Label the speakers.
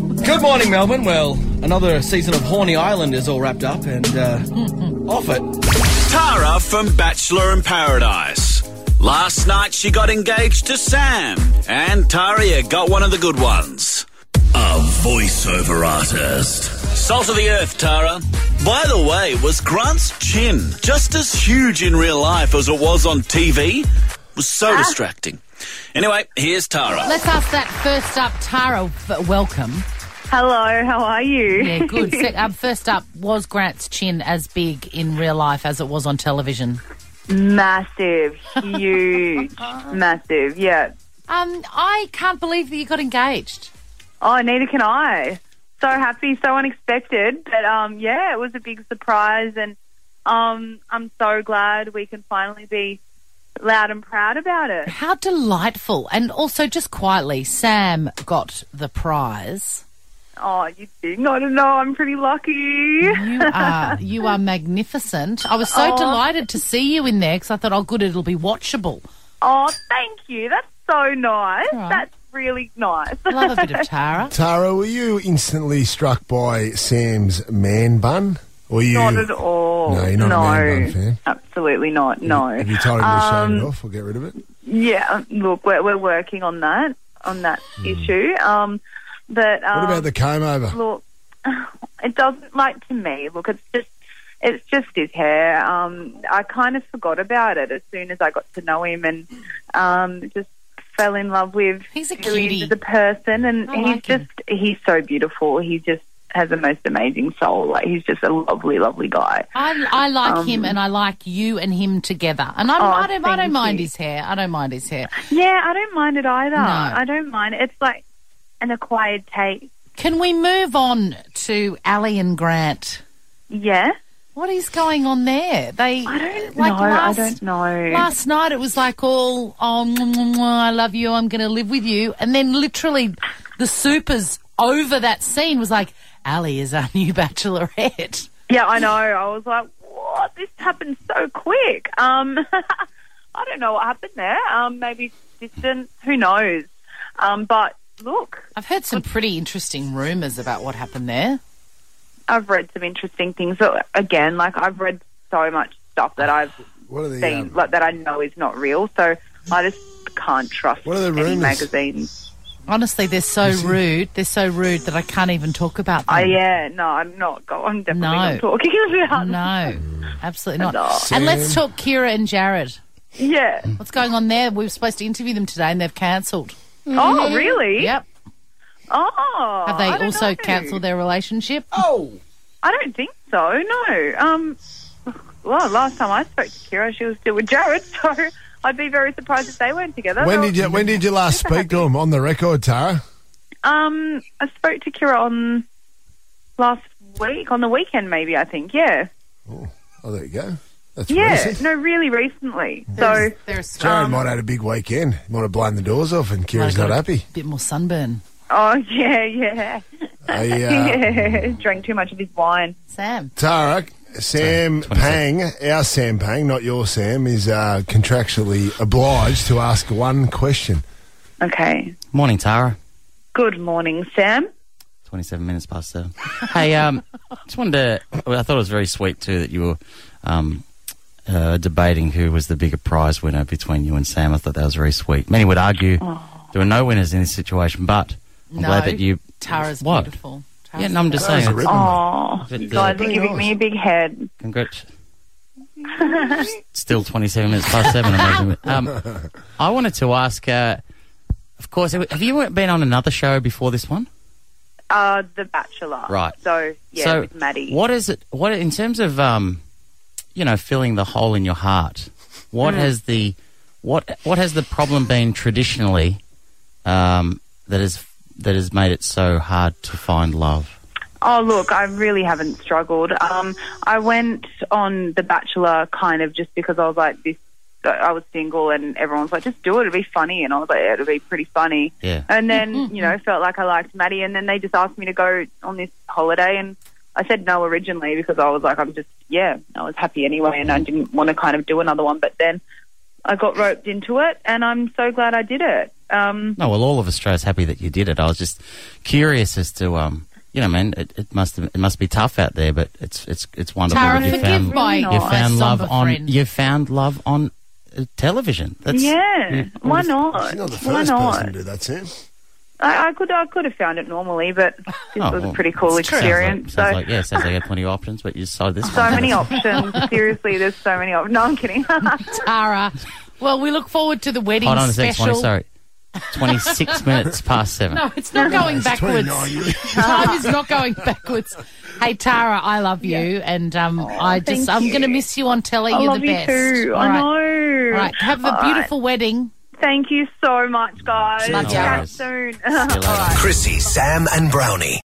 Speaker 1: Good morning, Melbourne. Well, another season of Horny Island is all wrapped up and uh, off it.
Speaker 2: Tara from Bachelor in Paradise. Last night she got engaged to Sam, and Taria got one of the good ones. A voiceover artist. Salt of the earth, Tara. By the way, was Grant's chin just as huge in real life as it was on TV? It was so distracting. Anyway, here's Tara.
Speaker 3: Let's ask that first up, Tara. f- Welcome.
Speaker 4: Hello, how are you?
Speaker 3: Yeah, good. Se- um, first up, was Grant's chin as big in real life as it was on television?
Speaker 4: Massive, huge, massive, yeah.
Speaker 3: Um, I can't believe that you got engaged.
Speaker 4: Oh, neither can I. So happy, so unexpected. But um, yeah, it was a big surprise. And um, I'm so glad we can finally be loud and proud about it.
Speaker 3: How delightful. And also, just quietly, Sam got the prize.
Speaker 4: Oh, you did not know. I'm pretty lucky.
Speaker 3: You are, Uh, you are magnificent. I was so delighted to see you in there because I thought, oh, good, it'll be watchable.
Speaker 4: Oh, thank you. That's so nice.
Speaker 3: right.
Speaker 4: That's really nice.
Speaker 3: Love a bit of Tara.
Speaker 5: Tara, were you instantly struck by Sam's man bun? Or you?
Speaker 4: Not at all.
Speaker 5: No, you're not
Speaker 4: no,
Speaker 5: a man bun fan.
Speaker 4: Absolutely not. No.
Speaker 5: Have you told him to
Speaker 4: Um,
Speaker 5: shave it off or get rid of it?
Speaker 4: Yeah, look, we're, we're working on that on that issue. Um, but um,
Speaker 5: What about the comb over?
Speaker 4: look? It doesn't like to me. Look, it's just it's just his hair. Um, I kind of forgot about it as soon as I got to know him, and um, just fell in love with
Speaker 3: He's a
Speaker 4: who he is
Speaker 3: cutie.
Speaker 4: as a person. And
Speaker 3: I
Speaker 4: he's
Speaker 3: like him.
Speaker 4: just he's so beautiful. He just has the most amazing soul. Like he's just a lovely, lovely guy.
Speaker 3: I, I like him and I like you and him together. And I'm,
Speaker 4: Oh,
Speaker 3: I don't, I don't
Speaker 4: thank
Speaker 3: mind
Speaker 4: you.
Speaker 3: his hair. I don't mind his hair.
Speaker 4: Yeah, I don't mind it either.
Speaker 3: No.
Speaker 4: I don't mind. it. It's like an acquired taste.
Speaker 3: Can we move on to Ali and Grant?
Speaker 4: Yeah.
Speaker 3: What is going on there? They
Speaker 4: I don't
Speaker 3: like
Speaker 4: know.
Speaker 3: Last,
Speaker 4: I don't know.
Speaker 3: Last night it was like all oh mwah, mwah, mwah, I love you, I'm going to live with you, and then literally the supers over that scene was like Ali is our new bachelorette.
Speaker 4: yeah, I know. I was like, what? This happened so quick. Um, I don't know what happened there. Um, maybe distant. Who knows? Um, but look,
Speaker 3: I've heard some pretty interesting rumours about what happened there.
Speaker 4: I've read some interesting things. So, Again, like I've read so much stuff that I've
Speaker 5: What are the
Speaker 4: seen,
Speaker 5: um,
Speaker 4: like that I know is not real. So I just can't trust
Speaker 5: What are the
Speaker 4: any
Speaker 5: rumours?
Speaker 4: magazines.
Speaker 3: Honestly, they're so rude. They're so rude that I can't even talk about them.
Speaker 5: Hmm.
Speaker 4: Oh yeah, no, I'm not. Go. I'm definitely
Speaker 3: No.
Speaker 4: not talking about.
Speaker 3: No, absolutely not.
Speaker 4: No.
Speaker 3: And let's talk Kira and Jared.
Speaker 4: Yeah.
Speaker 3: What's going on there? We were supposed to interview them today, and they've cancelled.
Speaker 4: Oh really?
Speaker 3: Hmm. Yep.
Speaker 4: Oh.
Speaker 3: Have
Speaker 4: I
Speaker 3: they
Speaker 4: don't
Speaker 3: also
Speaker 4: know. Oh.
Speaker 3: cancelled their relationship?
Speaker 4: I don't think so. No. Um. Well, last time I spoke to Kira, she was still with Jared, so I'd be very surprised if they weren't together.
Speaker 5: when
Speaker 4: They
Speaker 5: did you When did you last speak to him on the record, Tara?
Speaker 4: were- Um, I spoke to Kira on last week, on the weekend, maybe. I think. Yeah.
Speaker 5: Oh, there you go. That's
Speaker 4: Yeah.
Speaker 5: recent.
Speaker 4: No, um, really recently. So.
Speaker 3: They're
Speaker 5: Jared might have had a big weekend. He might have blown the doors off, and Kira's not happy.
Speaker 3: bit more sunburn.
Speaker 4: Oh yeah, yeah.
Speaker 5: Hey, uh,
Speaker 4: yeah. Drank too much of his wine.
Speaker 3: Sam.
Speaker 5: Tara, Sam Pang, our Sam Pang, not your Sam, is uh, contractually obliged to ask one question.
Speaker 4: Okay.
Speaker 6: Morning, Tara.
Speaker 4: Good morning, Sam.
Speaker 6: 27 minutes past seven. hey, um, just wanted to. well, I thought it was very sweet, too, that you were um, uh, debating who was the bigger prize winner between you and Sam. I thought that was very sweet. Many would argue there were no winners in this situation, but I'm
Speaker 3: Oh. no.
Speaker 6: glad that you.
Speaker 3: Tara's
Speaker 6: What?
Speaker 3: beautiful. Tara's
Speaker 6: Yeah, no, I'm just
Speaker 5: That was
Speaker 6: saying.
Speaker 5: a ripping one.
Speaker 4: Oh,
Speaker 6: Good
Speaker 4: you
Speaker 6: day.
Speaker 4: guys are
Speaker 5: Very
Speaker 4: giving
Speaker 5: nice.
Speaker 4: me a big head.
Speaker 6: uh, Congrats. Still 27 minutes past seven, I imagine. Um, I wanted to ask, uh, of course, have you been on another show before this one?
Speaker 4: Uh, The Bachelor.
Speaker 6: Right.
Speaker 4: So yeah,
Speaker 6: so,
Speaker 4: with Maddie.
Speaker 6: What is it? What in terms of um, you know, filling the hole in your heart?
Speaker 4: Mm.
Speaker 6: What has the what what has the problem been traditionally um, that has that has made it so hard to find love?
Speaker 4: Oh, look, I really haven't struggled. Um, I went on The Bachelor kind of just because I was like, this, I was single and everyone's like, just do it, it'll be funny. And I was like, yeah, it'll be pretty funny.
Speaker 6: Yeah.
Speaker 4: And then, you know, felt like I liked Maddie. And then they just asked me to go on this holiday. And I said no
Speaker 5: Mm-hmm.
Speaker 4: originally because I was like, I'm just, yeah, I was happy anyway. And I didn't want to kind of do another one. But then I got roped into it, and I'm so glad I did it. Um,
Speaker 6: No, well, all of Australia's happy that you did it. I was just curious as to, um, you know, man, it, it must have, it must be tough out there, but it's it's it's wonderful.
Speaker 3: Tara,
Speaker 6: that you
Speaker 3: forgive
Speaker 6: found,
Speaker 3: my
Speaker 6: you found
Speaker 3: somber
Speaker 6: love on
Speaker 3: friend.
Speaker 6: you found love on uh, television. That's
Speaker 4: yeah, why not?
Speaker 5: You're not the
Speaker 4: why
Speaker 5: first person to
Speaker 4: not?
Speaker 5: do that, Sam.
Speaker 4: I, I could I could have found it normally, but this
Speaker 6: Oh,
Speaker 4: was
Speaker 6: well,
Speaker 4: a pretty cool
Speaker 6: it's true.
Speaker 4: experience.
Speaker 6: Sounds like,
Speaker 4: so
Speaker 6: sounds like- yeah, sounds like you had plenty of options, but you decided this
Speaker 4: so
Speaker 6: one.
Speaker 4: many
Speaker 6: That's-
Speaker 4: options. Seriously, there's so many options. No, I'm kidding.
Speaker 3: Tara. Well, we look forward to the wedding
Speaker 6: Hold on a sec,
Speaker 3: special.
Speaker 6: 20, sorry. 26 minutes past seven.
Speaker 3: No, it's not going backwards.
Speaker 5: 29 years.
Speaker 3: Time is not going backwards. Hey Tara, I love you, and um, I just
Speaker 4: Oh, thank
Speaker 3: I'm going to
Speaker 4: you.
Speaker 3: miss you on telly.
Speaker 4: I
Speaker 3: You're
Speaker 4: love
Speaker 3: the
Speaker 4: you
Speaker 3: best.
Speaker 4: too.
Speaker 3: All
Speaker 4: I
Speaker 3: right.
Speaker 4: know.
Speaker 3: All right, have a
Speaker 4: All right.
Speaker 3: beautiful wedding.
Speaker 4: Thank you so much, guys.
Speaker 6: Love
Speaker 3: you.
Speaker 4: Chat soon.
Speaker 6: See you later.
Speaker 2: Chrissy,
Speaker 7: Sam and Brownie.